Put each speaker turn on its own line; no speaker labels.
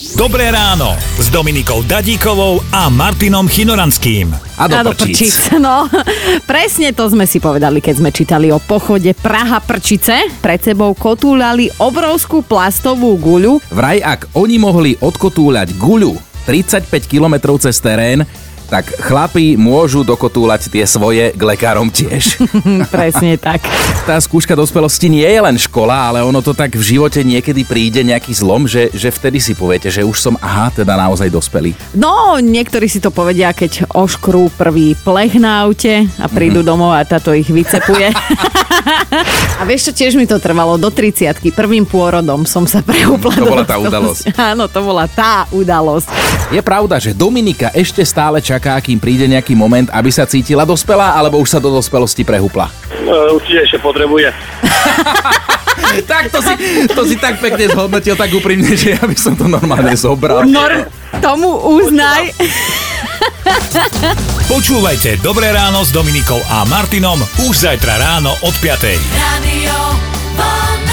Dobré ráno s Dominikou Dadíkovou a Martinom Chinoranským.
A do, a do prčíc. prčíc.
No, presne to sme si povedali, keď sme čítali o pochode Praha Prčice. Pred sebou kotúľali obrovskú plastovú guľu.
Vraj, ak oni mohli odkotúľať guľu 35 km cez terén, tak chlapi môžu dokotúľať tie svoje k lekárom tiež.
Hm, Presne tak.
Tá skúška dospelosti nie je len škola, ale ono to tak v živote niekedy príde nejaký zlom, že, že vtedy si poviete, že už som aha, teda naozaj dospelý.
No, niektorí si to povedia, keď oškrú prvý plech na aute a
Mhm.
prídu mm-hmm. domov a táto ich vycepuje. a vieš čo, tiež mi to trvalo do 30 prvým pôrodom som sa preúpla.
To bola tá udalosť.
Áno, to bola tá udalosť.
Je pravda, že Dominika ešte stále čaká čaká, kým príde nejaký moment, aby sa cítila dospelá, alebo už sa do dospelosti prehúpla?
No, určite ešte potrebuje.
tak to si, to si tak pekne zhodnotil, tak úprimne, že ja by som to normálne zobral.
Norm, tomu uznaj.
Počúvajte Dobré ráno s Dominikou a Martinom už zajtra ráno od 5. Radio